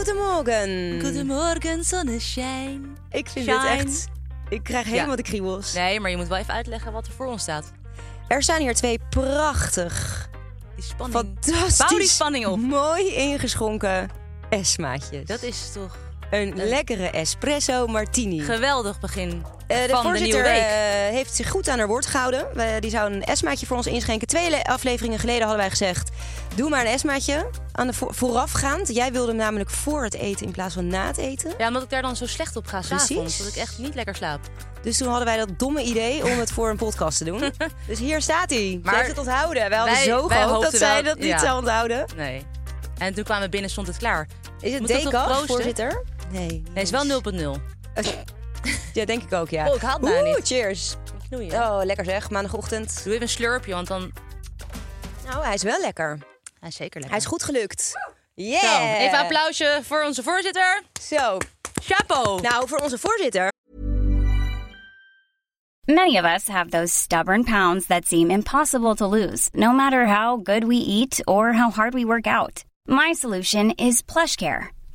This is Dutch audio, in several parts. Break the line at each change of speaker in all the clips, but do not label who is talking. Goedemorgen.
Goedemorgen, zonneschijn.
Ik vind
Shine.
dit echt... Ik krijg helemaal de kriebels.
Nee, maar je moet wel even uitleggen wat er voor ons staat.
Er staan hier twee prachtig,
Die spanning.
fantastisch,
Bouw die spanning op.
mooi ingeschonken esmaatjes.
Dat is toch
een lekkere espresso martini.
geweldig begin
Eh, de
van de
voorzitter
nieuwe week.
eh, heeft zich goed aan haar woord gehouden. We- die zou een esmaatje voor ons inschenken. Twee le- afleveringen geleden hadden wij gezegd... doe maar een esmaatje aan de vo- voorafgaand. Jij wilde hem namelijk voor het eten in plaats van na het eten.
ja, omdat ik daar dan zo slecht op ga s'avonds.
Precies.
Dat ik echt niet lekker slaap.
Dus toen hadden wij dat domme idee om het voor een podcast te doen. Dus hier staat hij. Maar
Maar
ze heeft het onthouden. Wij hadden
wij-
zo
wij
gehoopt dat
hoopten
zij
wel-
dat niet
ja.
zou onthouden.
Nee. En toen kwamen we binnen, stond het klaar.
Is het
Moet dat toch
Decaf,
proosten?
voorzitter? Nee.
Nee, is wel 0.0.
Ja, denk ik ook, ja.
Oh, ik haal het bijna
Oeh,
niet.
cheers.
Knoeien.
Oh, lekker zeg. Maandagochtend.
Doe even een slurpje, want dan...
Nou, hij is wel lekker.
Hij is
Hij
zeker lekker.
is goed gelukt. Yeah.
Zo, even een applausje voor onze voorzitter.
Zo.
Chapo.
Nou, voor onze voorzitter.
Many of us have those stubborn pounds that seem impossible to lose, no matter how good we eat or how hard we work out. My solution is PlushCare.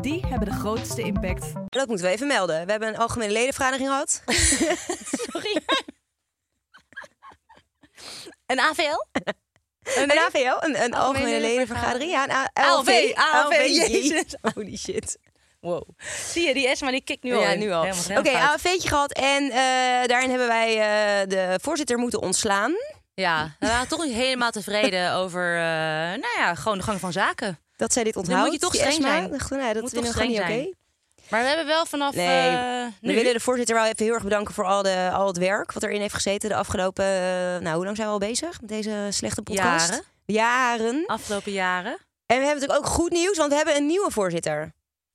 Die hebben de grootste impact.
Dat moeten we even melden. We hebben een algemene ledenvergadering gehad.
Sorry. een AVL?
Een AVL, een, een algemene ledenvergadering. Ja, een A- ALV.
ALV,
jezus. Holy shit.
Wow. Zie je, die Esma die kikt nu al
ja,
in.
nu al.
Helemaal-
Oké,
helemaal fout.
AFV'tje gehad. En eh, daarin hebben wij eh, de voorzitter moeten ontslaan.
Ja, we waren toch niet helemaal tevreden over, eh, nou ja, gewoon de gang van zaken.
Dat zij dit
moet je
onthoudt.
toch
die
streng
Esma.
zijn.
Goed, nee, dat
Moet
vinden we
toch
gewoon niet oké.
streng zijn. Maar we hebben wel vanaf
Nee,
eh,
We
nu...
willen de voorzitter wel even heel erg bedanken voor al, de, al het werk wat erin heeft gezeten de afgelopen... eh, nou, hoe lang zijn we al bezig met deze slechte podcast?
Jaren. Oh.
Jaren.
afgelopen jaren
En we hebben natuurlijk ook goed nieuws, want we hebben een nieuwe voorzitter.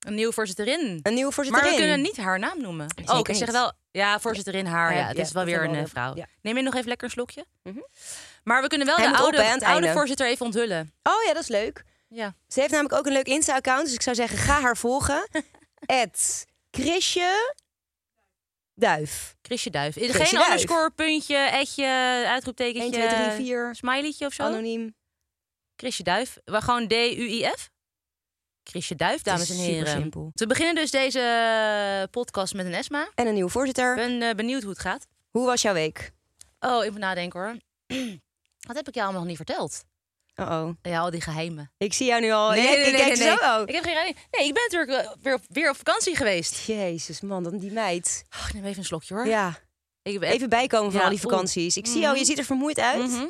een nieuwe voorzitterin.
Een nieuwe
Maar
voorzitter
we kunnen niet haar naam noemen. oh, ik
niet.
zeg wel, ja, voorzitterin haar.
Ah Ja,
Ja, het
ja,
is wel
dat
weer
is
een
wel
eh,
de-
vrouw.
ja.
Neem je nog even lekker een slokje? Maar we kunnen wel
Hij
de
moet
oude,
op, hè, aan
het
het
oude
einde.
voorzitter even onthullen.
Oh ja, dat is leuk.
Ja.
Ze heeft namelijk ook een leuk Insta-account. Dus ik zou zeggen, ga haar volgen. Het Chrisje Duif.
Chrisje Duif.
Chrisje
Geen
Duif.
underscore, puntje, etje,
1, 2,
uitroeptekentje,
3, 4.
smileytje of zo.
Anoniem.
Chrisje Duif. We gewoon D-U-I-F. Chrisje Duif, dames en
is super
heren.
simpel.
We beginnen dus deze eh, podcast met een Esma. Ik
En een nieuwe voorzitter.
ben eh, benieuwd hoe het gaat.
Hoe was jouw week?
Oh, ik moet nadenken hoor. Wat heb ik jou allemaal nog niet verteld?
Uh-oh.
Ja, al die geheimen.
Ik zie jou nu al. Oh, Jij- ik kijk
nee.
zo. Oh.
Ik heb geen idee. Nee, ik ben natuurlijk eh, weer op, weer op vakantie geweest.
Jezus, man, dan die meid.
Oh, ik neem even een slokje hoor.
Ja,
Ik ben...
even bijkomen van
Eh, Ja,
al die
oeh.
vakanties. Ik zie jou, je ziet er vermoeid uit.
Mhm.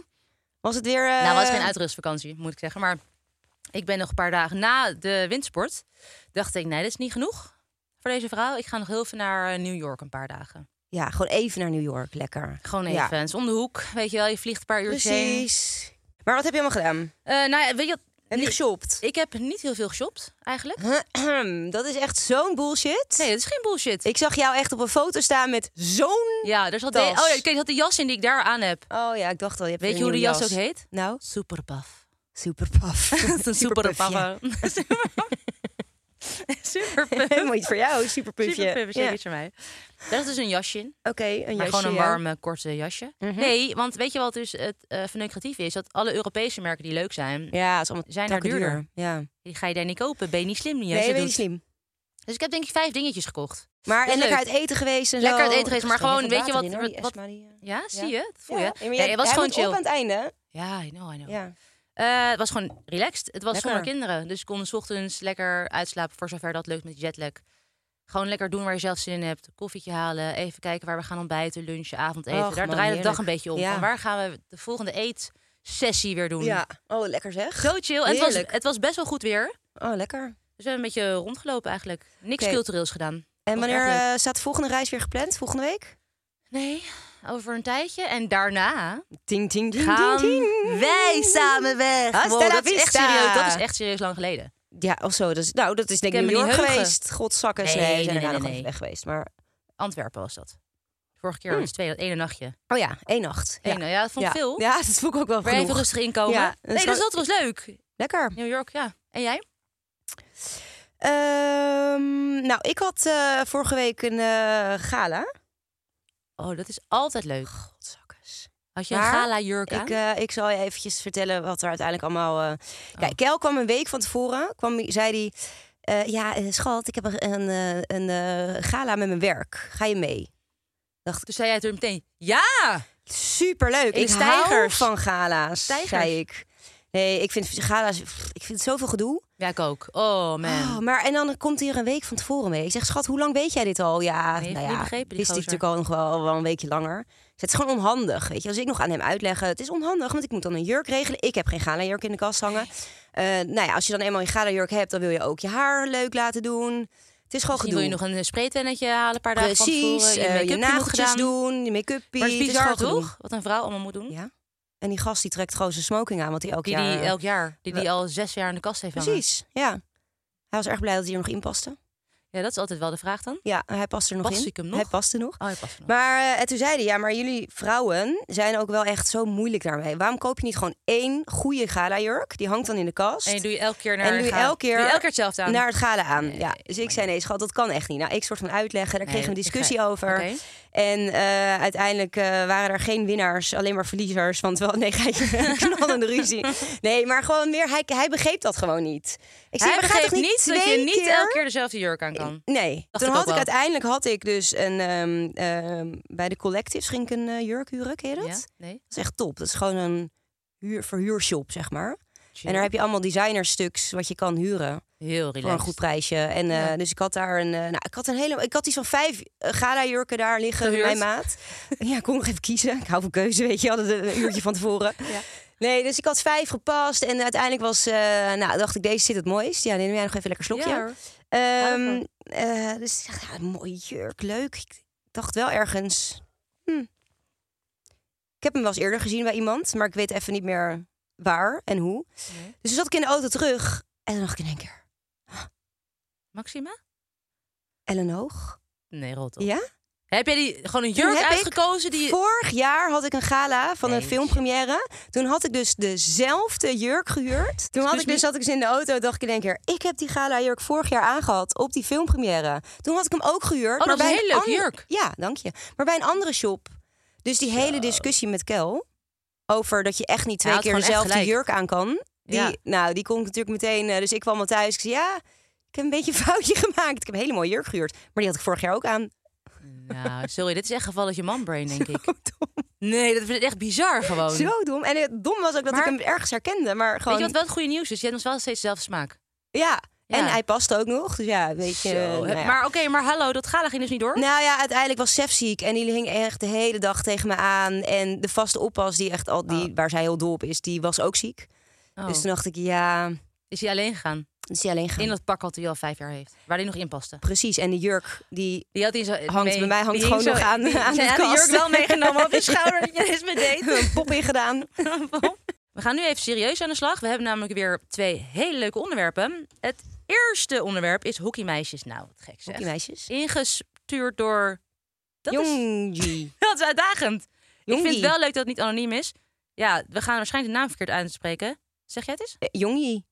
Was het weer... eh,
Nou, was geen uitrustvakantie, moet ik zeggen. Maar ik ben nog een paar dagen na de windsport. Dacht ik, nee, dat is niet genoeg voor deze vrouw. Ik ga nog heel even naar eh, New York een paar dagen.
Ja, gewoon even naar New York. Lekker.
Gewoon
Ja.
even. Het is om de hoek. Weet je wel, je vliegt een paar uur
Precies. Maar wat heb je allemaal gedaan?
nou, ja, weet je, wat?
Heb je geshopt?
ik heb niet heel veel geshopt, eigenlijk.
dat is echt zo'n bullshit.
Nee, dat is geen bullshit.
Ik zag jou echt op een foto staan met zo'n...
Ja, er zat de,
Tas.
oh, ja, kijk, er zat de jas in die ik daar aan heb.
Oh ja, ik dacht wel. Je hebt
Weet
weer
je hoe
een
de
nieuwe
jas, ook heet?
Nou,
Superpaf.
superpaf.
Dat is een
Superpuf, ja.
superpaf. Superpuf.
Helemaal iets voor jou, superpufje.
Superpuf is
Ja.
zeker iets voor mij. Daar is dus een jasje in.
Oké, een
Maar
jasje.
gewoon een
ja. Mhm.
warme, korte jasje. Nee, want weet je wat dus het eh verneukeratief is? Dat alle Europese merken die leuk zijn,
Ja, het is allemaal
Zijn daar
takken
duurder.
Ja.
die ga je daar niet kopen. Ben je niet slim niet? als
Nee,
je
weet je
doet.
slim.
Dus ik heb denk ik vijf dingetjes gekocht.
Maar
Is
en lekker
leuk.
uit eten geweest en
Lekker
zo.
uit eten geweest,
Ik
maar
schenk
gewoon,
even
weet je
water
wat-
in, hoor,
wat-
die Esma, die, eh.
Ja, zie
Ja.
je? Dat voel
Ja,
je.
maar
Nee,
jij-
het was
hij
gewoon
moet op aan
chill.
het einde.
Ja, I know, I know.
Ja.
Eh, het was gewoon relaxed. Het was
Lekker.
zonder kinderen. Dus ik kon 's ochtends lekker uitslapen voor zover dat leuk met jetlag. Gewoon lekker doen waar je zelf zin in hebt. Koffietje halen, even kijken waar we gaan ontbijten, lunchen, avondeten.
Och,
Daar
man,
draait de dag
heerlijk.
een beetje om.
Ja.
Van waar gaan we de volgende eetsessie weer doen?
Ja. Oh, lekker zeg.
Zo chill. En het was,
Heerlijk.
het was best wel goed weer.
Oh, lekker.
Dus we hebben een beetje rondgelopen eigenlijk. Niks
Oké.
cultureels gedaan.
En
Was
wanneer
erg leuk.
eh, staat de volgende reis weer gepland? Volgende week?
Nee, over een tijdje. En daarna
Ting, ting, ting,
gaan
ting, ting.
wij samen weg.
Hasta
Wow,
la
dat, is echt
vista.
serieus, dat is echt serieus lang geleden.
Ja, of zo. Dus, nou, dat is denk ik
Ik
New
ken me
York
niet heugen.
geweest. Godzakken. Nee,
Nee,
nee,
nee,
zijn
nee,
daarna
nee,
nog
nee.
even weg geweest. Maar,
Antwerpen was dat. Vorige keer was het twee, dat ene nachtje.
oh Hm. ja, één nacht.
Eén, nou ja, dat vond ik
ja.
veel.
Ja, dat vond ik ook wel
Maar
genoeg.
even rustig inkomen.
Ja, dat is
nee, dus
wel-
dat was leuk.
Lekker.
New York, ja. En jij?
Ehm, nou, ik had eh, vorige week een eh, gala.
Oh, dat is altijd leuk.
Godzakkes.
Had je een
Maar
gala jurk aan?
Ik, eh, ik zal je eventjes vertellen wat er uiteindelijk allemaal... eh,
Oh.
Kijk, Kel kwam een week van tevoren. Kwam, zei hij... eh, ja, eh, schat, ik heb een, een, eh, een eh, gala met mijn werk. Ga je mee?
Toen zei jij toen meteen, ja!
Superleuk.
In
Ik hou
tijgers.
van gala's,
Tijgers.
zei ik. Nee, ik vind gala's... pff, Ik vind het zoveel gedoe.
Ja, ik ook. Oh, man.
Oh, maar en dan komt hij er een week van tevoren mee. Ik zeg, schat, hoe lang weet jij dit al? Ja,
Nee, heeft
nou
hij
ja,
niet begrepen, die
wist ik
gozer.
natuurlijk al nog wel, wel een weekje langer. Dus het is gewoon onhandig, weet je. Als ik nog aan hem uitleggen, het is onhandig, want ik moet dan een jurk regelen. Ik heb geen gala-jurk in de kast hangen. Eh, nou ja, als je dan eenmaal een gala-jurk hebt, dan wil je ook je haar leuk laten doen. Het is gewoon
Misschien wil
gedoe.
je nog een spraytennetje halen een paar dagen van
Precies,
tevoren.
eh, je,
make-upje nog
nageltjes
gedaan.
doen, je make-upie.
Maar het is bizar,
gewoon gedoe.
toch? Wat een vrouw allemaal moet doen.
Ja. En die gast die trekt gewoon zijn smoking aan, want hij elk
die
jaar...
die elk jaar, die
We-
die al zes jaar in de kast heeft hangen.
Precies, ja. Hij was erg blij dat hij er nog in paste.
Ja, dat is altijd wel de vraag dan.
Ja, hij paste er nog
Paste
in.
ik hem nog?
Hij paste nog.
Oh, je past nog.
Maar eh, en toen zeiden ja, maar jullie vrouwen zijn ook wel echt zo moeilijk daarmee. Waarom koop je niet gewoon één goede gala-jurk? Die hangt dan in de kast.
En je doe je elke keer naar
En doe je
gaan-
elke keer
doe je elke keer hetzelfde aan.
naar het gala aan. ja.
nee,
Dus ik
maar
zei nee, schat, dat kan echt niet. Nou, ik soort van uitleggen. Daar
Nee,
kregen we een
ik
discussie
zei-
over.
Oké.
En eh, uiteindelijk eh, waren er geen winnaars, alleen maar verliezers. Want wel, nee, geitje, knallende ruzie. Nee, maar gewoon meer, hij, hij begreep dat gewoon niet. Ik zei,
Hij
"Maar gaat
begrijpt
toch
niet dat je
twee
niet
keer
elke keer dezelfde jurk aan kan.
Nee,
Dacht
toen had
ik ook
ik
wel.
uiteindelijk had ik dus een ehm, ehm, bij de collectives ging ik een eh, jurk huren, ken je dat?
Ja? Nee?
Dat is echt top. Dat is gewoon een huur, verhuurshop, zeg maar.
Chill.
En daar heb je allemaal designerstuks wat je kan huren
Heel
voor een
relaxed.
goed prijsje. En eh, dus ik had daar een, eh, nou, ik had een hele, ik had die zo'n vijf eh, gala-jurken daar liggen in
Gehuurd.
mijn maat. ja, ik kon nog even kiezen. Ik hou van keuze, weet je, hadden het een uurtje van tevoren. Nee, dus ik had vijf gepast en uiteindelijk was, eh, nou, dacht ik deze zit het mooist. Ja, neem jij nog even een lekker slokje.
Ja, hoor.
Ehm, eh, dus ik dacht, ja, mooi jurk, leuk. Ik dacht wel ergens. hm. Ik heb hem wel eens eerder gezien bij iemand, maar ik weet even niet meer waar en hoe.
Nee.
Dus toen zat ik in de auto terug en dan dacht ik in één keer:
Maxima?
Ellen Hoog.
Nee, rot op.
Ja?
Heb jij die, gewoon een jurk
heb ik
uitgekozen? Die...
Vorig jaar had ik een gala van een
Nee.
filmpremière. Toen had ik dus dezelfde jurk gehuurd. Toen had ik dus,
Excuse me?
zat ik dus in de auto en dacht ik in één keer... ik heb die gala jurk vorig jaar aangehad op die filmpremière. Toen had ik hem ook gehuurd.
Oh,
maar
dat is
bij
een hele leuke
ander-
jurk.
Ja, dank je. Maar bij een andere shop. Dus die hele discussie met Kel... over dat je echt niet twee
had
keer
gewoon echt
dezelfde
gelijk.
jurk aan kan... Die,
Ja.
Nou, die kon ik natuurlijk meteen... eh, Dus ik kwam al thuis. Ik zei, ja, ik heb een beetje een foutje gemaakt. Ik heb een hele mooie jurk gehuurd. Maar die had ik vorig jaar ook aan.
Nou, sorry, dit is echt gevalletje manbrain, denk ik.
Zo dom.
Nee, dat is echt bizar gewoon.
Zo dom. En het dom was ook dat ik
Oh, Maar-
hem ergens herkende. Maar
Weet
gewoon,
je wat wel het goede nieuws is? Je hebt ons wel steeds dezelfde smaak.
ja.
Ja.
En hij paste ook nog. Dus ja, weet je.
Zo,
nou
heb-
ja.
Maar oké, maar hallo, dat gala ging dus niet door?
Nou ja, uiteindelijk was Sef ziek. En die hing echt de hele dag tegen me aan. En de vaste oppas, die echt al, die, waar zij heel dol op is, die was ook ziek.
Oh.
Dus toen dacht ik, ja,
Is hij alleen gegaan?
is hij alleen gaan.
In dat pak wat hij al vijf jaar heeft. Waar hij nog in paste.
Precies. En de jurk, die
Die had hij zo
Hangt
mee-
bij mij hangt
die
gewoon
hing zo-
nog aan-
die-
aan
zij
de
had
kast.
jurk wel meegenomen op je schouder. Dat je dus eens bedeed.
een pop in gedaan.
We gaan nu even serieus aan de slag. We hebben namelijk weer twee hele leuke onderwerpen. Het eerste onderwerp is hockeymeisjes. Nou, wat gek zeg.
Die meisjes.
Ingestuurd door... Dat is-
Jongji.
Dat is uitdagend. Ik vind
Jongie.
het wel leuk dat het niet anoniem is. Ja, we gaan waarschijnlijk de naam verkeerd uitspreken. Zeg jij het eens?
Eh, Jongji.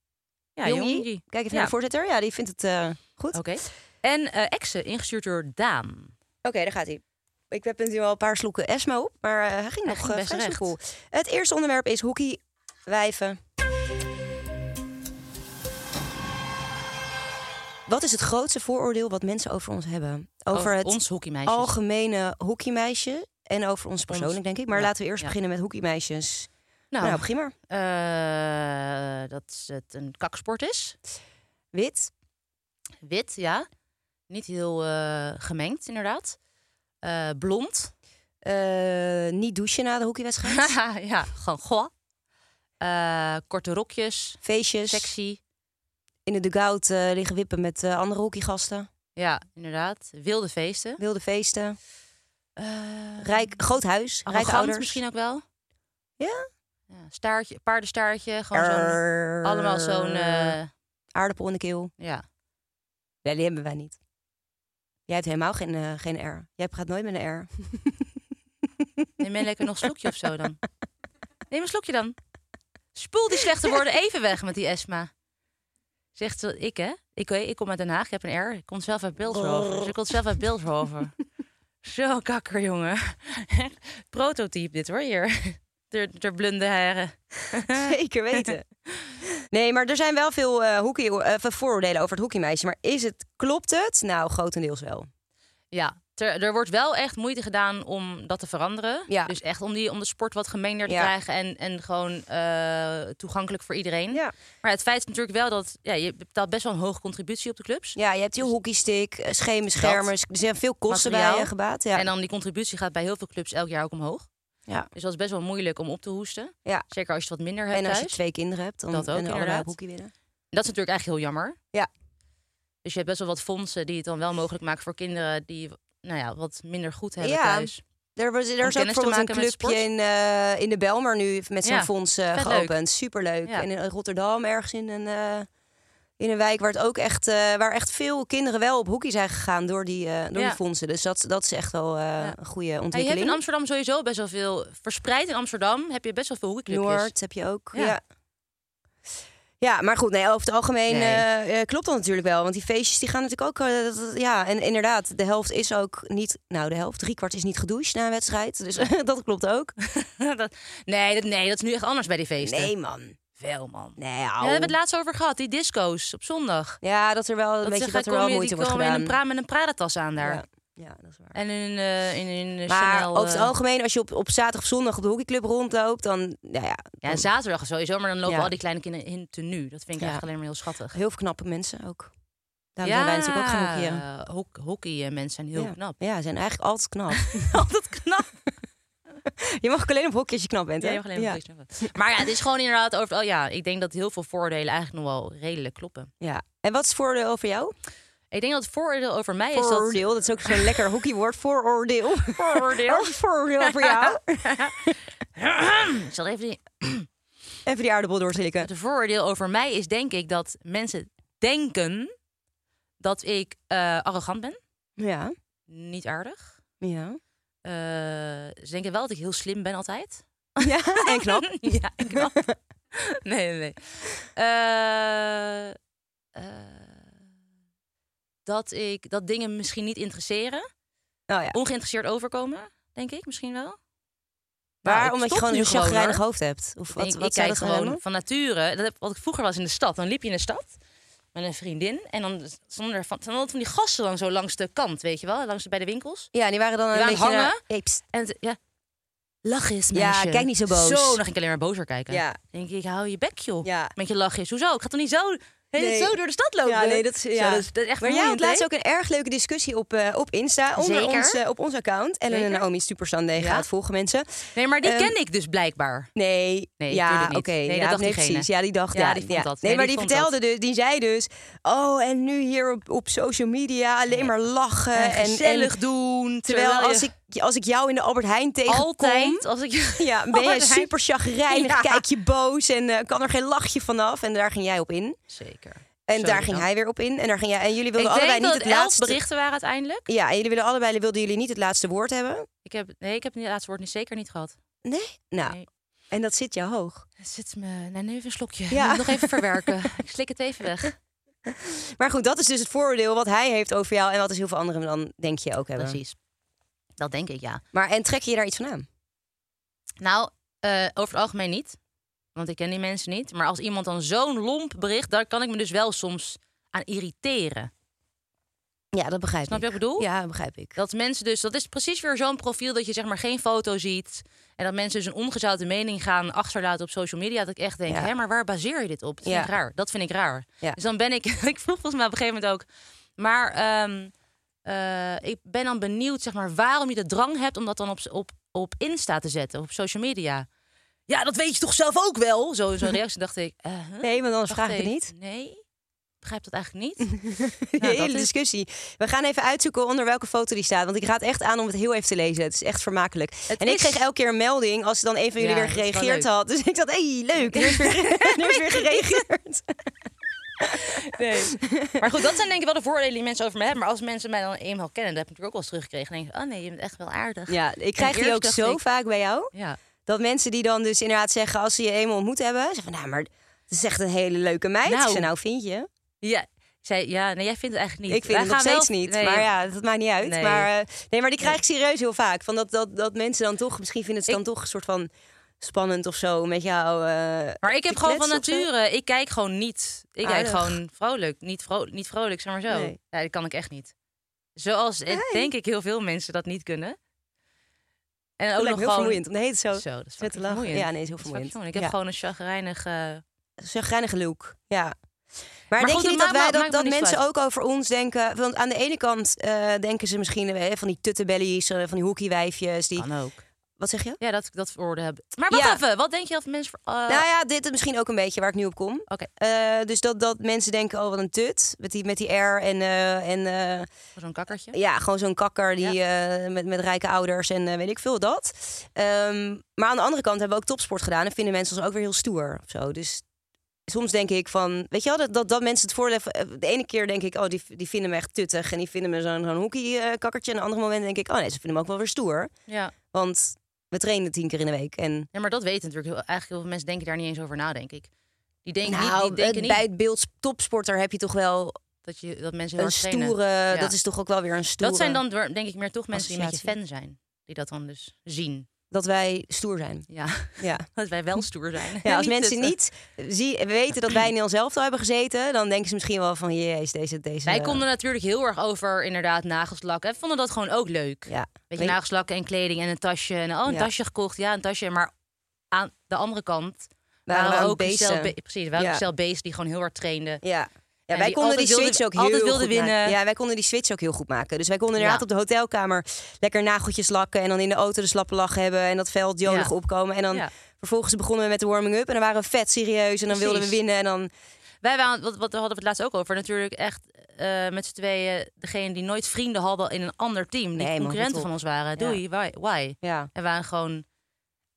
Ja,
Jongie.
Jongie.
Kijk even
Ja.
naar de voorzitter. Ja, die vindt het eh, goed.
Oké. En eh, exen, ingestuurd door Daan.
Oké, daar gaat hij. Ik heb nu al een paar sloeken Esma op, maar eh, hij ging nog
ging
eh,
best
vrij snel
recht.
cool. Het eerste onderwerp is hockey, wijven. Wat is het grootste vooroordeel wat mensen over ons hebben? Over,
Over
het
ons hockeymeisjes.
algemene hockeymeisje en over ons persoonlijk, denk ik. Maar
ja,
laten we eerst
ja.
beginnen met hockeymeisjes.
Nou,
Nou, begin maar.
eh, dat het een kaksport is.
Wit,
Wit, ja. Niet heel eh, gemengd, inderdaad. Eh, blond.
Eh, niet douchen na de hockeywedstrijd.
ja, gewoon goh. Eh, korte rokjes.
Feestjes.
Sexy.
In de dugout eh, liggen wippen met eh, andere hockeygasten.
Ja, inderdaad. Wilde feesten.
Wilde feesten.
Eh,
Rijk, groot huis. Rijk
arrogant
ouders.
misschien ook wel.
Ja?
Ja, staartje, paardenstaartje. Gewoon zo'n,
Err.
allemaal zo'n... eh,
Aardappel in de keel.
ja.
Nee, die hebben wij niet. Jij hebt helemaal geen, eh, geen R. Jij praat nooit met een R.
Neem jij lekker nog een slokje of zo dan. Neem een slokje dan. Spoel die slechte woorden even weg met die Esma. Zegt ze, ik hè? Ik, eh, ik kom uit Den Haag, ik heb een R. Ik kom zelf uit Beeldhoven. Ze komt zelf uit Beeldhoven. zo kakker, jongen. Prototype dit hoor, hier. Der, der blunde heren.
Zeker weten. Nee, maar er zijn wel veel eh hockey, eh, vooroordelen over het hockeymeisje. Maar is het, klopt het? Nou, grotendeels wel.
Ja, ter- er wordt wel echt moeite gedaan om dat te veranderen.
Ja.
Dus echt om, die, om de sport wat gemengder te
Ja.
krijgen en, en gewoon eh, toegankelijk voor iedereen.
Ja.
Maar het feit is natuurlijk wel dat ja, je betaalt best wel een hoge contributie op de clubs.
Ja, je hebt je hockeystick, eh, schemen, schermen. Er zijn veel kosten bij
Dus- Materiaal.
je gebaat. Ja.
En dan die contributie gaat bij heel veel clubs elk jaar ook omhoog.
ja.
Dus dat is best wel moeilijk om op te hoesten.
Ja.
Zeker als je wat minder hebt
en als je
thuis.
twee kinderen hebt, dan
Dat ook,
kunnen allebei
inderdaad.
op hockey winnen.
Dat is natuurlijk eigenlijk heel jammer.
Ja.
Dus je hebt best wel wat fondsen die het dan wel mogelijk maken voor kinderen die nou ja, wat minder goed hebben
Ja,
thuis.
Er, was, er is ook
kennis te
bijvoorbeeld een
maken met
clubje in, eh, in de Belmer nu met zo'n
Ja,
fonds eh,
vet leuk.
geopend. Superleuk.
Ja.
En in Rotterdam ergens in een, eh, in een wijk waar, het ook echt, eh, waar echt veel kinderen wel op hockey zijn gegaan door die, eh, door
Ja.
die fondsen. Dus dat, dat is echt wel eh, een goede
Ja, Nou, je hebt
ontwikkeling.
in Amsterdam sowieso best wel veel... Verspreid in Amsterdam heb je best wel veel hoekclubjes.
Noord heb je ook. Ja.
Ja.
ja. maar goed, nee, over het algemeen
Nee.
eh, eh, klopt dat natuurlijk wel. Want die feestjes die gaan natuurlijk ook. eh, dat- dat- ja, en inderdaad, de helft is ook niet. Nou, de helft, driekwart is niet gedoucht na een wedstrijd. Dus dat klopt ook.
dat, nee, dat, nee, dat is nu echt anders bij die feesten.
Nee, man.
Wel, man. Ja,
Nee,
daar
au.
hebben we het laatst over gehad, die disco's op zondag.
Ja, dat er wel een
Dat
beetje
ze
dat er
gaan
wel
komen-
moeite
die
wordt
komen in
gedaan.
een pra- met een Prada-tas aan daar.
ja. ja, dat is waar.
En in, eh in, in eh,
maar
Chanel...
over het
eh,
algemeen, als je op, op zaterdag of zondag op de hockeyclub rondloopt, dan nou ja,
Ja, en zaterdag sowieso, maar dan lopen
Ja.
al die kleine kinderen in tenue. Dat vind
Ja.
ik eigenlijk alleen maar heel schattig.
heel veel knappe mensen ook. Daarom zijn wij natuurlijk ook gaan hockeyen.
Hok hockey eh, mensen zijn heel
ja. Oh,
knap.
Ja, ze zijn eigenlijk altijd knap.
Altijd knap.
je mag ook alleen op hockey als je knap bent, hè?
Ja, je mag alleen maar hockey snappen. Maar ja, het is gewoon inderdaad over. Oh ja, ik denk dat heel veel voordelen eigenlijk nog wel redelijk kloppen.
Ja. En wat is het voordeel over jou?
Ik denk dat het voordeel over mij is dat
Vooroordeel, dat is ook zo'n lekker hockeywoord. Vooroordeel.
voordeel.
Wat is het vooroordeel over jou?
Ik zal even die-
Even die aardappel doorslikken.
Het voordeel over mij is denk ik dat mensen denken dat ik eh, arrogant ben,
Ja,
niet aardig.
ja.
Eh, ze denken wel dat ik heel slim ben altijd.
Ja, en knap.
ja, ik knap. nee, nee, nee. Eh, eh, dat, ik, dat dingen misschien niet interesseren.
Nou ja.
Ongeïnteresseerd overkomen, denk ik misschien wel.
Maar
ik
omdat je
stop
gewoon
nu
een
gewoon,
chagrijnig
hoor.
hoofd hebt. Of wat,
ik,
wat
ik
zou
kijk
dat
gewoon
gaan noemen?
van nature. Dat heb, wat ik vroeger was in de stad. Dan liep je in de stad met een vriendin. En dan stonden er van, stonden altijd van die gasten dan zo langs de kant, weet je wel. Langs de, bij de winkels.
Ja, die waren dan een
waren
beetje...
hangen.
naar- Hey, pst.
En het- ja, lach eens,
Ja,
meisje.
kijk niet zo boos.
Zo, dan ging ik alleen maar bozer kijken.
Ja.
denk ik, hou je bek, joh.
Ja.
Met je lachjes. Hoezo? Ik ga toch niet zo, de hele tijd
Nee.
zo door de stad lopen?
Ja, nee, dat is-
Zo,
Oh, ja.
dat, is, dat is echt
Maar jij had
vermoeiend,
laatst
hè?
ook een erg leuke discussie op, eh, op Insta. Onder
Zeker.
ons, eh, op ons account. Ellen en
Zeker.
Naomi Super Sunday
Ja.
gaat volgen mensen.
Nee, maar die
Ehm,
ken ik dus blijkbaar.
Nee,
Nee,
ja,
tuurlijk
oké.
niet. Nee, dat
ja,
dacht
nee,
diegene.
precies. Ja, die dacht
Ja, die vond
Nee,
dat. Nee,
maar die,
die vond
vertelde dus, die zei dus, oh, en nu hier op, op social media alleen maar lachen eh, en, en-
en gezellig doen.
terwijl
je
als ik als ik jou in de Albert Heijn tegenkom,
altijd, als ik... Oh,
ja, ben jij
Albert Heijn-
super chagrijnig,
Ja.
kijk je boos en eh, kan er geen lachje vanaf. En daar ging jij op in.
Zeker.
En
Zo
daar ging
dan.
hij weer op in. En daar ging jij. En jullie
Ik
wilden
denk
allebei
dat
niet het
elf
laatste.
berichten waren uiteindelijk.
Ja, en jullie wilden allebei wilden jullie niet het laatste woord hebben.
Ik heb, nee, ik heb het laatste woord niet, zeker niet gehad.
Nee. Nou,
Nee.
en dat zit jou hoog.
Het zit me... Nee, nu even een slokje.
Ja.
Ja. Nog even verwerken. ik slik het even weg.
Maar goed, dat is dus het voordeel wat hij heeft over jou en wat dus heel veel anderen dan denk je ook hebben.
Precies. Dat denk ik, ja.
Maar en trek je je daar iets van aan?
Nou, eh, over het algemeen niet. Want ik ken die mensen niet. Maar als iemand dan zo'n lomp bericht, daar kan ik me dus wel soms aan irriteren.
Ja, dat begrijp
Snap
ik.
je wat ik bedoel?
Ja, dat begrijp ik.
Dat mensen dus, dat is precies weer zo'n profiel dat je zeg maar geen foto ziet. En dat mensen dus een ongezouten mening gaan achterlaten op social media. Dat ik echt denk,
Ja.
hè, maar waar baseer je dit op? Dat vind
Ja.
ik raar. Dat vind ik raar.
Ja.
Dus dan ben ik, ik vroeg volgens mij op een gegeven moment ook Maar ehm, eh, ik ben dan benieuwd zeg maar, waarom je de drang hebt om dat dan op, op, op Insta te zetten, op social media. Ja, dat weet je toch zelf ook wel? Zo- Zo'n reactie dacht ik. eh, huh?
Nee, want anders
Wacht
vraag ik het
even,
niet.
Nee, ik begrijp dat eigenlijk niet. dat
hele
is-
discussie. We gaan even uitzoeken onder welke foto die staat. Want ik raad echt aan om het heel even te lezen. Het is echt vermakelijk.
Het
en ik
is-
kreeg elke keer een melding als dan een van jullie
Ja,
weer
dat is wel
gereageerd
leuk.
had. Dus ik dacht, hé, hey, leuk. Er is weer, er is weer gereageerd.
Nee. maar goed, dat zijn denk ik wel de voordelen die mensen over me hebben. Maar als mensen mij dan eenmaal kennen, dat heb ik natuurlijk ook wel eens teruggekregen. Dan denk ik, oh nee, je bent echt wel aardig.
Ja, ik krijg die
eerst
ook
dacht
zo
ik-
vaak bij jou.
Ja.
Dat mensen die dan dus inderdaad zeggen als ze je eenmaal ontmoet hebben. Zeggen van, nou, maar het is echt een hele leuke meid.
Nou.
Ik zei, nou, vind je?
Ja, zij, ja, nee, jij vindt het eigenlijk niet.
Ik vind
Wij
het nog
gaan wel-
steeds niet.
nee.
Maar ja, dat maakt niet uit.
Nee.
Maar, eh, nee, maar die krijg ik serieus heel vaak. Van dat, dat, dat mensen dan toch, misschien vinden ze het dan toch een soort van spannend of zo met jou. eh,
Maar ik heb
te
gewoon van
kletsen of zo.
nature, ik kijk gewoon niet. Ik kijk
Aardig.
gewoon vrolijk. Niet, vro niet vrolijk, zeg maar zo.
Nee.
Ja, dat kan ik echt niet. Zoals eh,
Nee.
denk ik heel veel mensen dat niet kunnen. En
Dat
ook
lijkt
nog
me heel
gewoon...
vermoeiend. Om de hele zo.
Zo,
Zet
dat is
te
fucking
lachen.
vermoeiend.
Ja, nee, is heel
Dat is
vermoeiend.
fucking vermoeiend. Ik heb
Ja.
gewoon een chagrijnig... eh,
Zo'n greinige look. Ja. Maar, denk
goed,
je niet
dat
dat, wij,
maakt-
dat,
maakt me
dat
niet zo
mensen
uit.
ook over ons denken? Want aan de ene kant eh, denken ze misschien eh, van die tuttenbellies, eh, van die hoekiewijfjes. Die...
Kan ook.
Wat zeg je?
Ja, dat, dat we orde hebben. Maar wacht
Ja.
even, wat denk je dat mensen... voor- eh,
Nou ja, dit is misschien ook een beetje waar ik nu op kom.
Oké.
Eh, dus dat, dat mensen denken, oh wat een tut. Met die, met die R en, eh, en eh,
Zo'n kakkertje.
Ja, gewoon zo'n kakker die, eh, met, met rijke ouders en eh, weet ik veel dat. Ehm, maar aan de andere kant hebben we ook topsport gedaan en vinden mensen ons ook weer heel stoer of zo. Dus soms denk ik van, weet je wel, dat, dat, dat mensen het voordeel hebben. De ene keer denk ik, oh, die, die vinden me echt tuttig en die vinden me zo'n zo'n hockey-kakkertje. En aan een ander moment denk ik, oh nee, ze vinden me ook wel weer stoer.
Ja.
Want we trainen tien keer in de week. En
ja, maar dat weten natuurlijk heel, eigenlijk heel veel mensen denken daar niet eens over na, denk ik. Die denken, niet-
nou,
die denken
het-
niet
bij het beeld topsporter heb je toch wel
dat, je, dat mensen heel
een
hard trainen.
stoere,
Ja.
dat is toch ook wel weer een stoere.
Dat zijn dan door- denk ik meer toch mensen die met je
associatie.
fan zijn. Die dat dan dus zien.
Dat wij stoer zijn,
Ja,
ja.
dat wij wel stoer zijn.
Ja, als
Niet
mensen
dat-
niet eh, zie, weten dat wij in ons zelf al hebben gezeten, dan denken ze misschien wel van jezus, deze, deze. eh,
Wij konden natuurlijk heel erg over inderdaad nagels en vonden dat gewoon ook leuk.
Ja.
Weet je, nou, nagels lakken en kleding en een tasje. En, oh, een
Ja.
tasje gekocht. Ja, een tasje. Maar aan de andere kant
Waren we
waren,
aan
we
het
ook een stel,
beesten.
be- precies, waren
Ja.
ook stel beesten die gewoon heel hard trainden.
Ja. Ja,
En
wij
die
konden die
altijd
switch
wilden-
ook heel
altijd wilden
goed maken.
winnen.
Ja, wij konden die switch ook heel goed maken. Dus wij konden
Ja.
inderdaad op de hotelkamer lekker nageltjes lakken en dan in de auto de slappe lach hebben en dat veld jolig
Ja.
opkomen en dan
Ja.
vervolgens begonnen we met de warming up en dan waren we vet serieus en dan wilden we
Precies.
winnen en dan
Wij waren, wat, wat daar hadden we het laatst ook over, natuurlijk echt eh, met z'n tweeën degene die nooit vrienden hadden in een ander team. Die
Nee, man,
concurrenten
rot op.
van ons waren.
Ja.
Doei, why? why?
ja,
En waren gewoon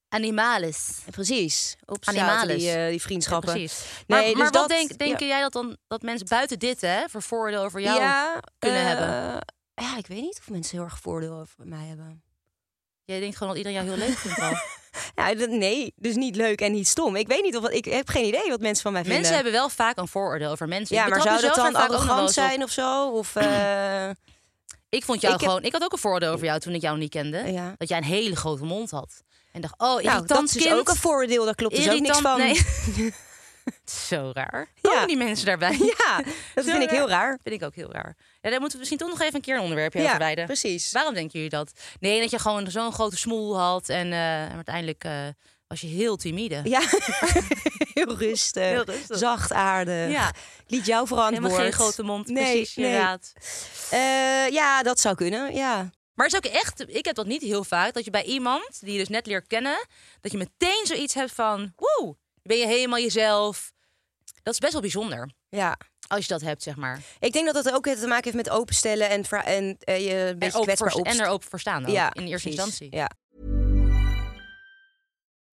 animales.
precies. Opzouten
Animales.
die, eh, die
Ja,
vriendschappen.
precies.
Nee,
Maar,
dus
maar wat
dat-
denk, denken jij dat dan dat mensen buiten dit hè, voor voordeel over jou?
ja,
kunnen
eh,
hebben.
Ja, ik weet niet of mensen heel erg voordeel over mij hebben.
Jij denkt gewoon dat iedereen jou heel leuk vindt. al.
Ja, dat- nee, dus niet leuk en niet stom. Ik weet niet of ik heb geen idee wat mensen van mij vinden.
mensen hebben wel vaak een vooroordeel over mensen.
ja,
Ik
maar
betrap
zou dat
mezelf
dan
daar vaak ook nog wel
arrogant
eens op.
zijn of zo? Of eh,
Ik vond jou
Ik heb-
gewoon. Ik had ook een vooroordeel over jou toen ik jou niet kende.
Ja.
Dat jij een hele grote mond had. En dacht, oh,
nou,
irritant
dat is dus
kind.
ook een voordeel. Daar klopt dus ook niks van.
Irritant- nee. Zo raar.
Ja.
Komen die mensen daarbij?
Ja, dat
Zo
vind ik heel raar.
Vind ik ook heel raar. Ja, daar moeten we misschien toch nog even een keer een onderwerpje aan
Ja,
verwijden.
precies.
Waarom denken jullie dat? Nee, dat je gewoon zo'n grote smoel had en, eh, en uiteindelijk eh, was je heel timide.
Ja, heel rustig,
Heel rustig.
zacht aardig.
Ja.
Liet jou verantwoord.
Helemaal geen grote mond,
Nee,
precies,
nee.
inderdaad.
Eh, ja, dat zou kunnen, ja.
Maar het is ook echt, ik heb dat niet heel vaak, dat je bij iemand die je dus net leert kennen, dat je meteen zoiets hebt van, woe, ben je helemaal jezelf. Dat is best wel bijzonder,
ja.
als je dat hebt, zeg maar.
Ik denk dat dat ook te maken heeft met openstellen en, vra- en eh, je een beetje
en, open
kwetsbaar
voor, en
opstellen.
er open voor staan ook,
ja,
in eerste
precies.
instantie.
Ja.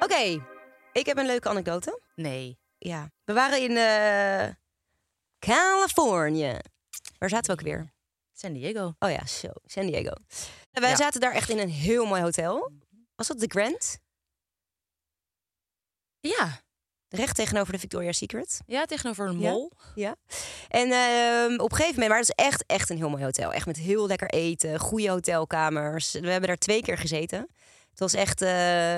Oké, ik heb een leuke anekdote.
Nee.
Ja. We waren in eh, Californië. Waar zaten we ook weer?
San Diego.
Oh ja, zo, San Diego. En wij
Ja.
zaten daar echt in een heel mooi hotel. Was dat de Grand?
Ja,
Recht tegenover de Victoria's Secret.
ja tegenover een
Ja.
mol.
Ja. En ehm, op een gegeven moment, maar het is echt, echt een heel mooi hotel. Echt met heel lekker eten, goede hotelkamers. We hebben daar twee keer gezeten. Het was echt, eh,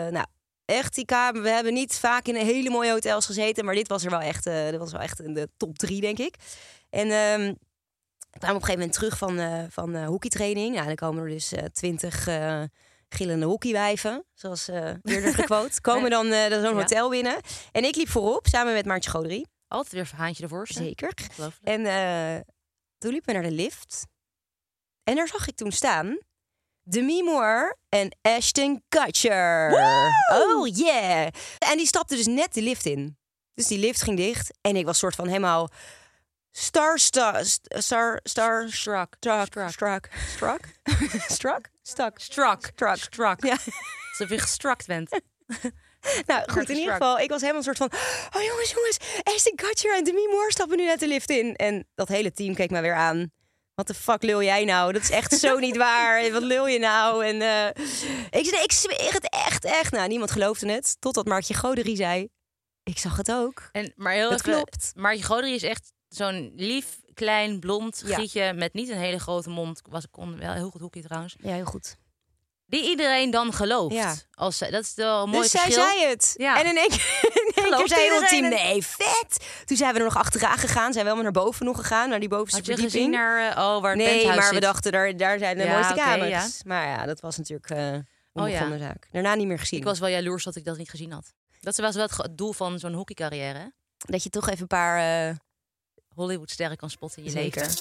nou, echt die kamer. We hebben niet vaak in hele mooie hotels gezeten, maar dit was er wel echt, eh, dit was wel echt in de top drie, denk ik. En ehm ik kwam op een gegeven moment terug van, eh van eh, hockeytraining. Nou, dan komen er dus twintig eh, gillende hockeywijven, zoals eh eerder gequote. Komen dan eh, zo'n hotel binnen. En ik liep voorop, samen met Maartje Goderie.
Altijd weer een haantje ervoor.
Zeker.
Ongelooflijk.
En eh, toen liepen we naar de lift. En daar zag ik toen staan... Demi Moore en Ashton Kutcher. Oh yeah. En die stapte dus net de lift in. Dus die lift ging dicht. En ik was soort van helemaal... Star, star, star, star,
Struck.
struck,
Struck.
struck, struck, struck, struck,
Struck. Struck. Struck.
Ja.
Alsof je gestrakt bent.
Nou goed, in ieder
Struck.
geval, ik was helemaal een soort van... Oh jongens, jongens, Ashton Kutcher en Demi Moore stappen nu net de lift in. En dat hele team keek mij weer aan. Wat de fuck lul jij nou? Dat is echt zo niet waar. Wat lul je nou? En eh, ik zei, nee, ik zweer het echt, echt. Nou, niemand geloofde het. Totdat Martje Goderie zei, ik zag het ook.
En, maar heel
Dat
even,
klopt.
Maartje Goderie is echt zo'n lief, klein, blond
Ja.
gietje met niet een hele grote mond. Was, kon wel heel goed hoekje trouwens.
Ja, heel goed.
Die iedereen dan gelooft.
Ja.
Als, zij- dat is wel een mooi
dus
verschil.
zij zei het.
Ja.
En in één keer, in één keer
Geloofde
zei heel het team,
iedereen het?
nee, vet. Toen zijn we er nog achteraan gegaan. Zijn we helemaal naar boven nog gegaan, naar die bovenste
Had je
verdieping.
gezien naar, eh, oh, waar het
nee,
penthouse
maar we
zit?
dachten, daar, daar zijn de
Ja,
mooiste
oké,
kamers.
ja.
Maar ja, dat was natuurlijk eh een
Oh ja.
begonnen zaak. Daarna niet meer gezien.
Ik was wel jaloers dat ik dat niet gezien had. Dat was wel het ge- het doel van zo'n hockeycarrière. hè?
Dat je toch even een paar... eh,
Hollywoodsterren kan spotten in je
Zeker.
leven.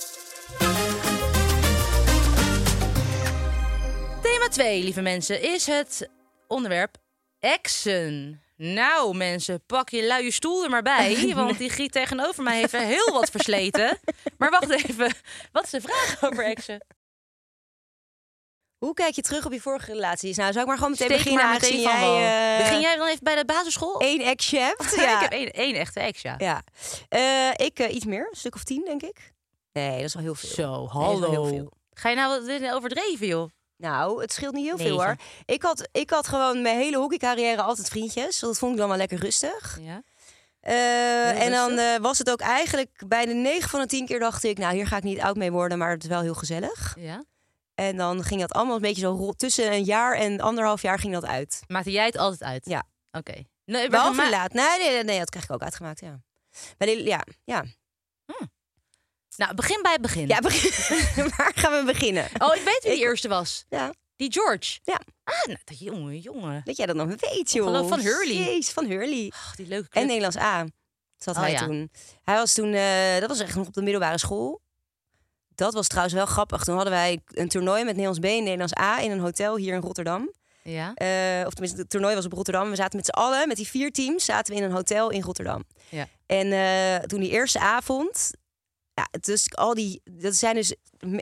Thema 2, lieve mensen, is het onderwerp exen. Nou, mensen, pak je luie stoel er maar bij. Want die Griet tegenover mij heeft er heel wat versleten. Maar wacht even, wat is de vraag over exen?
hoe kijk je terug op je vorige relaties? Nou, zou ik maar gewoon meteen
Steek
beginnen
maar meteen
aangezien
van wal.
jij... eh,
Begin jij dan even bij de basisschool?
één ex hebt?
Ik
Ja.
heb één, één echte ex, ja.
ja. Eh, ik eh, iets meer, een stuk of tien, denk ik. Nee, dat is wel heel veel.
Zo,
Nee, dat is wel heel
hallo.
veel.
Ga je nou wat overdreven, joh?
Nou, het scheelt niet heel veel
Negen.
hoor. Ik had, ik had gewoon mijn hele hockeycarrière altijd vriendjes. Dat vond ik dan wel lekker rustig.
Ja.
Eh, en dan eh, was het ook eigenlijk bij de 9 van de 10 keer dacht ik, nou hier ga ik niet oud mee worden, maar het is wel heel gezellig.
ja.
En dan ging dat allemaal een beetje zo ro- tussen een jaar en anderhalf jaar ging dat uit.
Maakte jij het altijd uit?
Ja.
Oké. Nee, maar
Behalve
ma-
laat. Nee, nee, nee, nee, dat krijg ik ook uitgemaakt, ja. Maar die- ja, ja.
Nou, begin bij het begin.
ja begin- waar gaan we beginnen?
Oh, ik weet wie die eerste was.
Ja,
Die George.
ja,
Ah, nou, dat jongen, jongen.
dat jij dat nog weet, joh.
Van- van Hurley.
Jeez, van Hurley.
Ach, die leuke
En
club.
Nederlands A zat
Oh,
hij
ja.
toen. Hij was toen, eh, dat was echt nog op de middelbare school. Dat was trouwens wel grappig. Toen hadden wij een toernooi met Nederlands B en Nederlands A in een hotel hier in Rotterdam.
Ja,
Eh, of tenminste, het toernooi was op Rotterdam. We zaten met z'n allen, met die vier teams, zaten we in een hotel in Rotterdam.
ja.
En eh, toen die eerste avond, ja, het is al die, dat zijn dus,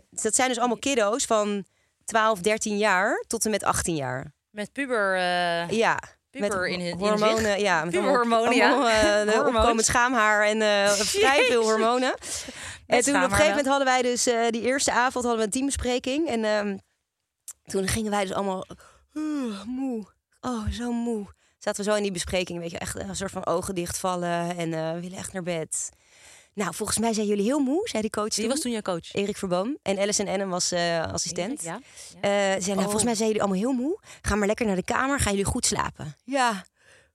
dat zijn dus allemaal kiddo's van 12, 13 jaar tot en met 18 jaar.
Met puber. eh,
Ja.
Puber
met
in het- in het
hormonen,
zicht.
ja, met allemaal-
Puberhormonen, ja.
allemaal, eh, de
Hormoons.
opkomend schaamhaar en eh, vrij veel
Jezus.
hormonen. En toen op een
schaamhaar
gegeven
wel.
moment hadden wij dus eh, die eerste avond hadden we een teambespreking en ehm, toen gingen wij dus allemaal "Oeh, moe, oh zo moe. Zaten we zo in die bespreking, weet je, echt een soort van ogen dichtvallen en eh, we willen echt naar bed. Nou, volgens mij zijn jullie heel moe, zei de coach.
die was toen jouw coach.
Erik Verboom en Alison Ennen was eh, assistent.
Ja.
Eh, ze zei, nou, volgens mij zijn jullie allemaal heel moe. Ga maar lekker naar de kamer. Gaan jullie goed slapen? Ja,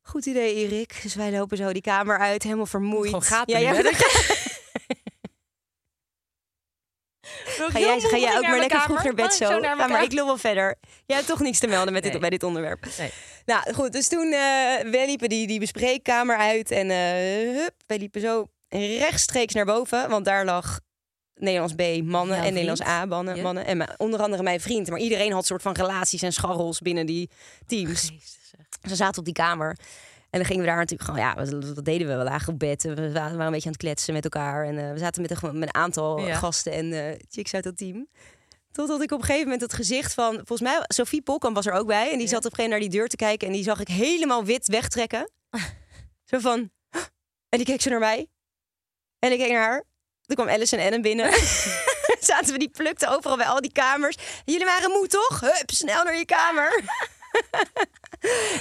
goed idee, Erik. Dus wij lopen zo die kamer uit, helemaal vermoeid.
Gewoon gaat
ja,
ja,
ja, Ga jij, ga jij ook maar lekker vroeg naar bed zo? ja,
naar mijn
maar ik
kamer.
loop wel verder. Jij hebt toch niks te melden met dit,
Nee.
bij dit onderwerp.
Nee.
Nou goed, dus toen eh wij liepen die, die bespreekkamer uit en eh hup, wij liepen zo rechtstreeks naar boven, want daar lag Nederlands B mannen en
vriend.
Nederlands A mannen,
Ja.
mannen en mijn- onder andere mijn vriend, maar iedereen had soort van relaties en scharrels binnen die teams.
Jezus, zeg.
Ze zaten op die kamer. En dan gingen we daar natuurlijk gewoon, ja, wat, wat deden we? We lagen op bed. en We wa- waren een beetje aan het kletsen met elkaar. En eh, we zaten met een, met een aantal
Ja.
gasten en eh, chicks uit dat team. Totdat ik op een gegeven moment het gezicht van, volgens mij, Sophie Polkamp was er ook bij. En die zat op een gegeven moment naar die deur te kijken. En die zag ik helemaal wit wegtrekken. Zo van, "Huh?" en die keek zo naar mij. En ik keek naar haar. Toen kwam Alice en Ellen binnen. Zaten we, die plukten overal bij al die kamers. Jullie waren moe, toch? Hup, snel naar je kamer.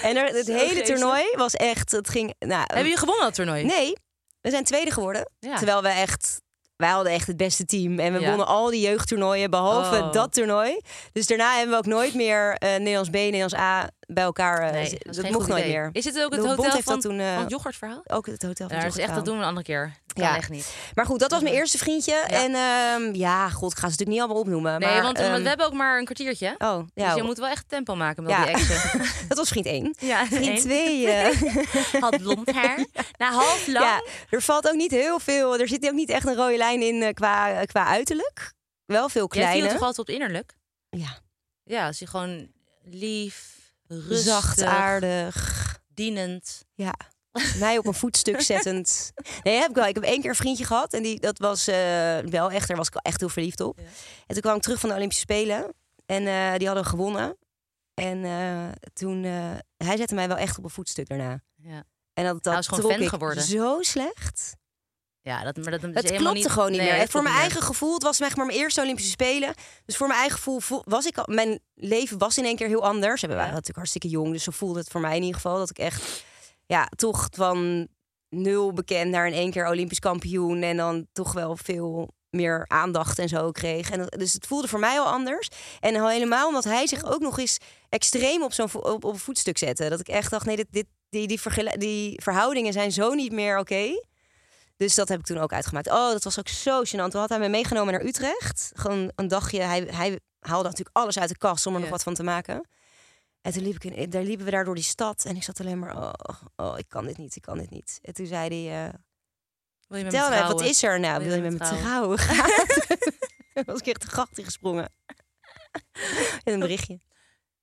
En er, het
Zo
hele
geestig.
toernooi was echt, het ging... Nou,
Hebben jullie gewonnen dat toernooi?
Nee, we zijn tweede geworden.
Ja.
Terwijl we echt... Wij hadden echt het beste team. En we
Ja.
wonnen al die jeugdtoernooien, behalve
Oh.
dat toernooi. Dus daarna hebben we ook nooit meer eh, Nederlands B, Nederlands A bij elkaar. eh,
Nee,
z-
dat is
dat
geen
mocht
goed
nooit
idee.
meer.
Is het ook het
De
hotel
bond heeft
van,
dat toen, eh,
van het yoghurtverhaal?
Ook het hotel van
Ja, dat is echt, dat doen we een andere keer. Dat kan
Ja.
echt niet.
Maar goed, dat was mijn eerste vriendje.
Ja.
En ehm, ja, god, ik ga ze natuurlijk niet allemaal opnoemen.
Nee,
maar,
want eh,
ehm,
we hebben ook maar een kwartiertje. hè?
Oh, ja.
dus je moet wel echt tempo maken met
Ja.
al die action.
Dat was vriend 1.
Ja,
Vriend
één.
2. eh
Had blond haar. Na half lang.
ja, er valt ook niet heel veel. Er zit ook niet echt een rode lijn in eh, qua, qua uiterlijk. Wel veel
Jij viel
kleine.
toch altijd op het innerlijk?
Ja.
Ja, als je gewoon lief, rustig,
Zachtaardig.
dienend.
Ja. Mij op een voetstuk zettend. Nee, heb ik wel. Ik heb één keer een vriendje gehad. En die, dat was eh, wel echt. Daar was ik echt heel verliefd op. En toen kwam ik terug van de Olympische Spelen. En eh, die hadden we gewonnen. En eh, toen... eh, hij zette mij wel echt op een voetstuk daarna.
Ja.
En dat, dat
was gewoon
trok
fan
ik
geworden.
zo slecht.
Ja, dat, maar dat, dat is
Het
helemaal
klopte gewoon niet
Nee,
meer.
dat
En voor
klopt
mijn
niet
eigen gevoel, het was zeg maar mijn eerste Olympische Spelen. Dus voor mijn eigen gevoel vo- was ik al, mijn leven was in één keer heel anders. En we waren natuurlijk hartstikke jong, dus zo voelde het voor mij in ieder geval dat ik echt, ja, toch van nul bekend naar in één keer Olympisch kampioen en dan toch wel veel meer aandacht en zo kreeg. En dat- dus het voelde voor mij al anders. En al helemaal omdat hij zich ook nog eens extreem op zo'n vo- op, op een voetstuk zette. Dat ik echt dacht, nee, dit, dit, die, die, vergele- die verhoudingen zijn zo niet meer oké. Dus dat heb ik toen ook uitgemaakt. Oh, dat was ook zo gênant. Toen had hij me meegenomen naar Utrecht. Gewoon een dagje. Hij, hij haalde natuurlijk alles uit de kast om er nog
Ja.
wat van te maken. En toen liep ik in, eh, daar liepen we daar door die stad. En ik zat alleen maar, oh, oh ik kan dit niet, ik kan dit niet. En toen zei hij, eh,
meer. Wil je met me
vertel mij, wat
trouwen?
is er nou? Wil je met me trouwen? Toen was ik echt de gracht ingesprongen. In een berichtje.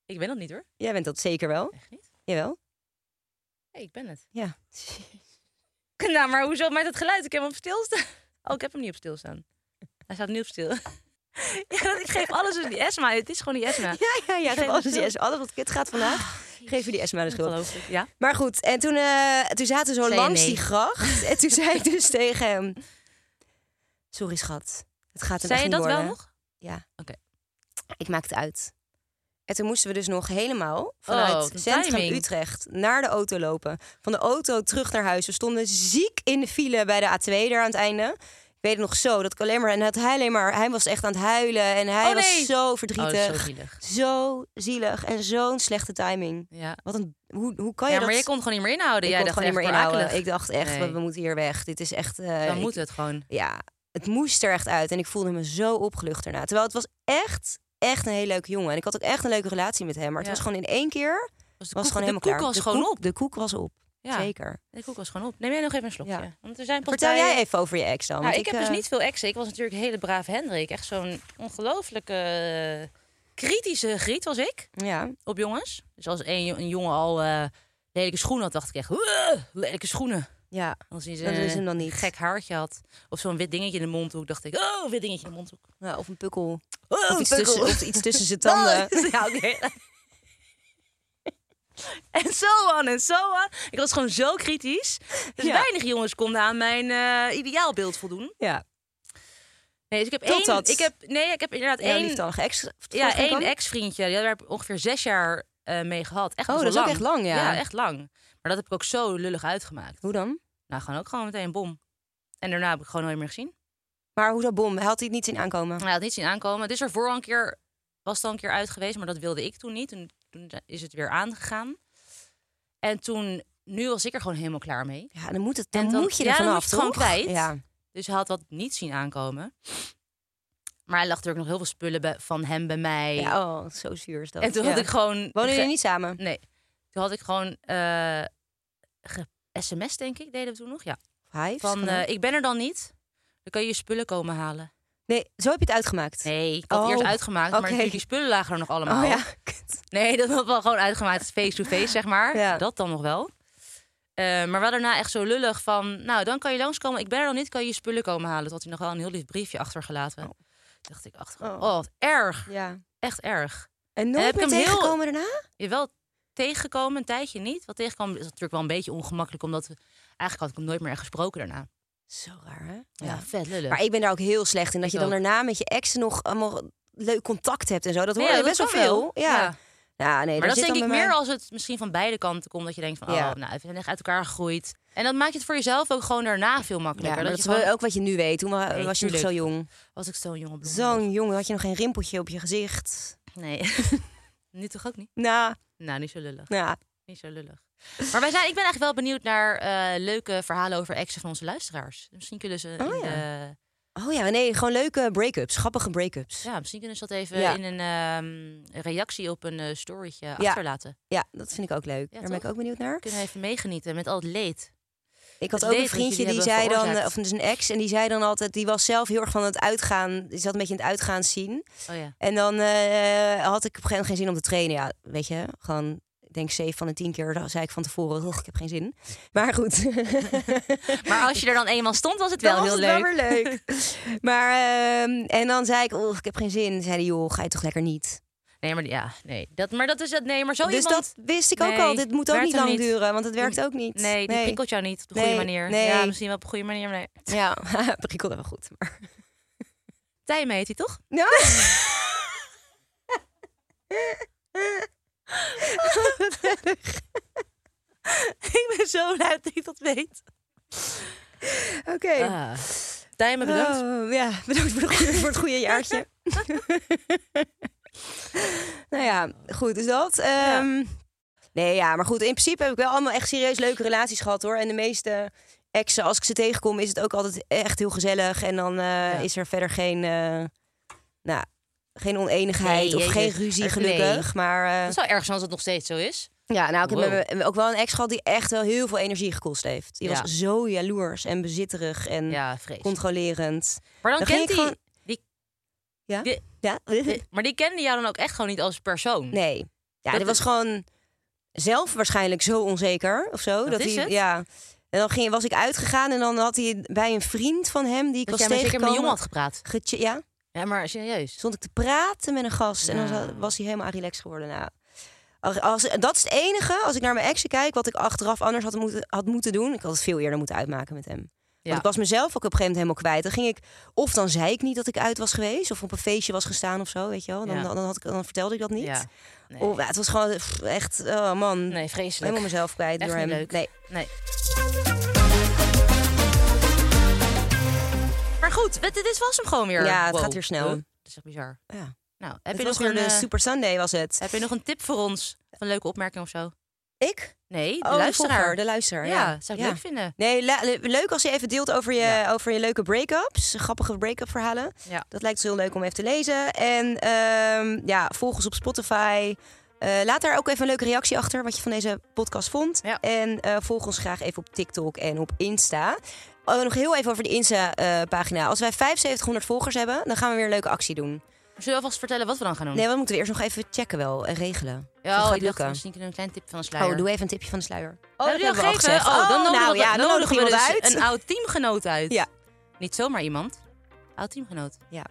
Ik ben dat niet hoor.
Jij bent dat zeker wel.
Echt niet?
Jawel.
Nee, ik ben het.
Ja.
Nou, maar hoezo maakt dat geluid? Ik heb hem op stilstaan. Oh, ik heb hem niet op stilstaan. Hij staat nu op stil. Ja, dat- ik geef alles aan die Esma. Het is gewoon die Esma.
Ja, ja, ja.
Geef
Geef alles,
me
die
schuld.
Esma- alles wat kut gaat
Ah,
vandaag, geef je die Esma de schuld.
Ongelooflijk. Ja.
Maar goed, en toen, eh, toen zaten we zo
Zei
langs
nee.
die gracht. En toen zei ik dus tegen hem... Sorry schat, het gaat hem
Zei
echt
je
niet
dat wel
worden.
nog?
Ja.
Oké.
Ik maak het uit. En toen moesten we dus nog helemaal vanuit
Oh, wat een
centrum
timing.
Utrecht naar de auto lopen. Van de auto terug naar huis. We stonden ziek in de file bij de A2 daar aan het einde. Ik weet het nog zo, dat ik alleen maar... En dat hij alleen maar... Hij was echt aan het huilen en hij
Oh, nee.
was zo
Oh,
verdrietig.
dat is zo zielig.
zo zielig en zo'n slechte timing.
Ja.
Wat een, hoe, hoe kan je
Ja,
Oh dat...
maar je kon het gewoon niet meer inhouden.
Ik
Jij
kon het
dacht
gewoon niet
echt
meer inhouden.
akelig.
Ik dacht echt,
Nee.
we, we moeten hier weg. Dit is echt... eh,
Dan
ik-
moet het gewoon.
Ja, het moest er echt uit. En ik voelde me zo opgelucht daarna. Terwijl het was echt, echt een hele leuke jongen. En ik had ook echt een leuke relatie met hem. Maar het
Ja.
was gewoon in één keer...
Was de
Was
koek,
gewoon helemaal
de koek
klaar.
was
de
gewoon
koek,
op.
De koek was op,
Ja,
zeker.
de koek was gewoon op. Neem jij nog even een slokje.
Ja.
Want er
Vertel
zijn partijen-
jij even over je ex dan.
Nou,
want
ik, heb dus
eh,
niet veel exen. Ik was natuurlijk een hele brave Hendrik. Echt zo'n ongelooflijke eh, kritische griet was ik
Ja,
op jongens. Dus als een, jo- een jongen al eh, lelijke schoenen had, dacht ik echt... "Uah, Lelijke schoenen.
ja.
Als hij
Dat is hem dan
een
niet.
gek haartje had. Of zo'n wit dingetje in de mondhoek, dacht ik... Oh, wit dingetje in de mondhoek.
Ja, of een pukkel.
Oh,
Of iets,
nou, pukkel.
tussen, of iets tussen zijn tanden.
Oh, ja, oké. En zo aan en zo aan. Ik was gewoon zo kritisch. Dus
Ja.
weinig jongens konden aan mijn eh, ideaalbeeld voldoen.
Ja,
Nee, dus ik heb één.
Totdat-
Ik heb, nee, ik heb inderdaad
één
één.
liefdalige ex.
Ja,
voorkwam?
één ex-vriendje. Die heb ik ongeveer zes jaar eh, mee gehad. Echt
Oh,
best wel
dat is ook echt lang, ja.
echt lang. Maar dat heb ik ook zo lullig uitgemaakt.
Hoe dan?
Nou, gewoon ook gewoon meteen een bom. En daarna heb ik gewoon nooit meer gezien. Nou,
Maar hoe dat bom? Hij had hij het niet zien aankomen?
Hij had niet zien aankomen. Het is er voor een keer, was dan een keer uit geweest, maar dat wilde ik toen niet. Toen, toen is het weer aangegaan. En toen, nu was ik er gewoon helemaal klaar mee.
Ja, dan moet, het, dan
En dan-
moet je
ja,
er
dan
vanaf,
moet je het gewoon
toch?
kwijt.
Ja.
Dus hij had dat niet zien aankomen. Maar hij lag natuurlijk nog heel veel spullen bij- van hem bij mij.
Ja, oh, zo zuur is dat.
en toen
Ja.
had ik gewoon...
Wonen
ge-
jullie niet samen?
Nee. Toen had ik gewoon eh ge- sms, denk ik, deden we toen nog. Ja.
Hij heeft
Van,
gewoon-
eh, ik ben er dan niet. Dan kan je je spullen komen halen.
Nee, zo heb je het uitgemaakt.
Nee, ik had het
Oh,
eerst uitgemaakt, maar
oké.
natuurlijk die spullen lagen er nog allemaal.
Oh ja, kut.
Nee, dat had wel gewoon uitgemaakt face-to-face, zeg maar.
Ja.
Dat dan nog wel. Eh, maar wel daarna echt zo lullig van... Nou, dan kan je langskomen. Ik ben er dan niet, kan je je spullen komen halen. Toen had hij nog wel een heel lief briefje achtergelaten. dacht ik achter. Oh.
Oh.
wat erg.
Ja.
Echt erg.
En nooit
heb ik
meer
hem heel-
tegengekomen daarna?
Je wel tegengekomen, een tijdje niet. Wat tegenkwam is natuurlijk wel een beetje ongemakkelijk... omdat we- eigenlijk had ik hem nooit meer echt gesproken daarna.
Zo raar, hè?
Ja, vet lullig.
Maar ik ben daar ook heel slecht in. Dat
Ik
je dan
ook.
daarna met je exen nog allemaal leuk contact hebt en zo. Dat hoor
Nee, ja,
je best wel
kan
veel. Ja. Ja, nee,
Maar
daar
dat
zit
denk ik
dan bij
meer
mij-
als het misschien van beide kanten komt. Dat je denkt van,
Ja.
oh, nou, we zijn echt uit elkaar gegroeid. En dat maakt het voor jezelf ook gewoon daarna veel
Ja,
makkelijker.
maar
dat
dat
je
is
gewoon,
wel ook wat je nu weet. Toen wa-
Nee,
was je nog zo
tuurlijk.
jong.
was ik zo'n jonge blonde.
Zo'n jong, had je nog geen rimpeltje op je gezicht.
Nee, nu toch ook niet?
Nou,
Nou, niet zo lullig.
ja.
Niet zo lullig. Maar wij zijn, ik ben eigenlijk wel benieuwd naar eh, leuke verhalen over exen van onze luisteraars. Misschien kunnen ze,
Oh,
in
ja.
de-
Oh ja, nee, gewoon leuke break-ups. Grappige break-ups. Ja.
ja, misschien kunnen ze dat even
Ja.
in een ehm, reactie op een eh, storytje
Ja.
achterlaten.
dat vind ik ook leuk.
Ja,
Daar ben ik
toch?
ook benieuwd naar.
Kunnen we even meegenieten met al het leed.
Ik had
Het
ook een
leed dat
vriendje
jullie
die
hebben
zei dan, eh,
veroorzaakt.
of dus een ex, en die zei dan altijd, die was zelf heel erg van het uitgaan, die zat een beetje in het uitgaan zien.
Oh ja.
En dan eh, had ik op een gegeven moment geen zin om te trainen. Ja, weet je, gewoon, ik denk 7 van de 10 keer dan zei ik van tevoren, "Och, ik heb geen zin. Maar goed.
Maar als je er dan eenmaal stond, was het wel
Dan was
heel
het
leuk.
wel weer leuk. maar, ehm, en dan zei ik, "Och, ik heb geen zin. Zei hij, joh, ga je toch lekker niet.
Nee, maar ja, nee. Dat, maar dat is het. Nee, maar zo
dus
iemand.
dat wist ik ook
Nee,
al. Dit moet ook
werkt
niet
hem
lang
niet.
duren, want het werkt ook niet.
Nee, die prikkelt jou niet op de
Nee,
goede manier.
nee.
Ja, misschien wel op de goede manier. Maar nee.
Ja, prikkelde wel goed. Maar...
Tijmen heet hij toch?
Ja.
ik ben zo blij dat ik dat weet.
Oké.
Ah. Tijmen, bedankt.
Oh, ja, bedankt voor het goede, voor het goede jaartje. nou ja, goed is dat. Ehm, Nee, ja, maar goed. In principe heb ik wel allemaal echt serieus leuke relaties gehad, hoor. En de meeste exen, als ik ze tegenkom, is het ook altijd echt heel gezellig. En dan eh, is er verder geen, eh nou, geen oneenigheid
Nee,
of
jeetje.
geen ruzie,
Nee.
gelukkig. Maar eh,
Het zou erg zijn als het nog steeds zo is.
ja, nou, ik heb
Wow.
me- me ook wel een ex gehad die echt wel heel veel energie gekost heeft. Die
Ja.
was zo jaloers en bezitterig en
Ja, vrees.
controlerend.
Maar dan,
Mm. Dan ging
kent
ik
hij.
gewoon-
Die,
Ja?
Die-
Ja?
die- maar die kende jou dan ook echt gewoon niet als persoon.
Nee. Ja,
Dat
die was
is-
gewoon zelf waarschijnlijk zo onzeker of zo. Dat,
is
hij,
het?
Ja. En dan ging, was ik uitgegaan en dan had hij bij een vriend van hem, die ik
Dat
was
jij maar zeker met een jongen
tegengekomen...
had gepraat.
getje- ja,
Ja, maar serieus.
stond ik te praten met een gast en dan
Nou.
za- was hij helemaal relaxed geworden. Nou, als, als- dat is het enige, als ik naar mijn exen kijk, wat ik achteraf anders had moeten, had moeten doen. Ik had het veel eerder moeten uitmaken met hem.
Ja.
Want ik was mezelf ook op een gegeven moment helemaal kwijt. Dan ging ik, of dan zei ik niet dat ik uit was geweest, of op een feestje was gestaan of zo, weet je wel. Dan,
Ja.
dan, had ik, dan vertelde ik dat niet.
Ja. Nee.
Oh, ja, het was gewoon pff, echt, oh man.
nee, vreselijk.
Helemaal mezelf kwijt
Echt
door hem.
niet leuk.
Nee.
Nee. Maar goed, dit, dit was hem gewoon weer.
Ja, het gaat weer snel.
Huh? Dat is echt bizar.
Ja.
Nou, heb
Heb
je,
je
nog
was
een,
weer de
eh,
Super Sunday was het.
heb je nog een tip voor ons? Een leuke opmerking of zo?
Ik?
Nee, de
Oh,
luisteraar.
volger, de luisteraar. Ja,
Ja, zou ik
Ja.
leuk vinden.
Nee, la- le- leuk als je even deelt over je,
Ja.
over je leuke break-ups. Grappige break-up verhalen.
Ja.
Dat lijkt ons heel leuk om even te lezen. En ehm, ja, volg ons op Spotify. Eh, laat daar ook even een leuke reactie achter wat je van deze podcast vond.
Ja.
En eh, volg ons graag even op TikTok en op Insta. Oh, nog heel even over de Insta-pagina. Als wij 7500 volgers hebben, dan gaan we weer een leuke actie doen.
Zullen we alvast vertellen wat we dan gaan doen?
Nee, maar dat moeten we eerst nog even checken wel en regelen. Of dat
Oh. ja, oh,
gaat
ik dacht
lukken.
misschien kunnen we een klein tip van ons
Oh,
luisteren.
doe even een tipje van de sluier. Oh,
Hebben jullie
hebben
al
we
gegeven?
gezegd.
Oh, dan nodigen
nou
we,
ja,
dan nodigen we
iemand
dus
uit.
een oud teamgenoot uit.
Ja.
Niet zomaar iemand. Oud teamgenoot.
Ja.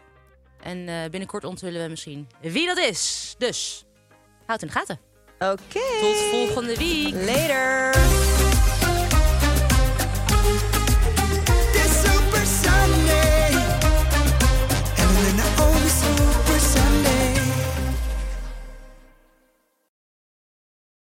En eh, binnenkort onthullen we misschien wie dat is. Dus, houd in de gaten.
Oké.
Tot volgende week.
Later.
This Super Sunday, and then I own the Super Sunday.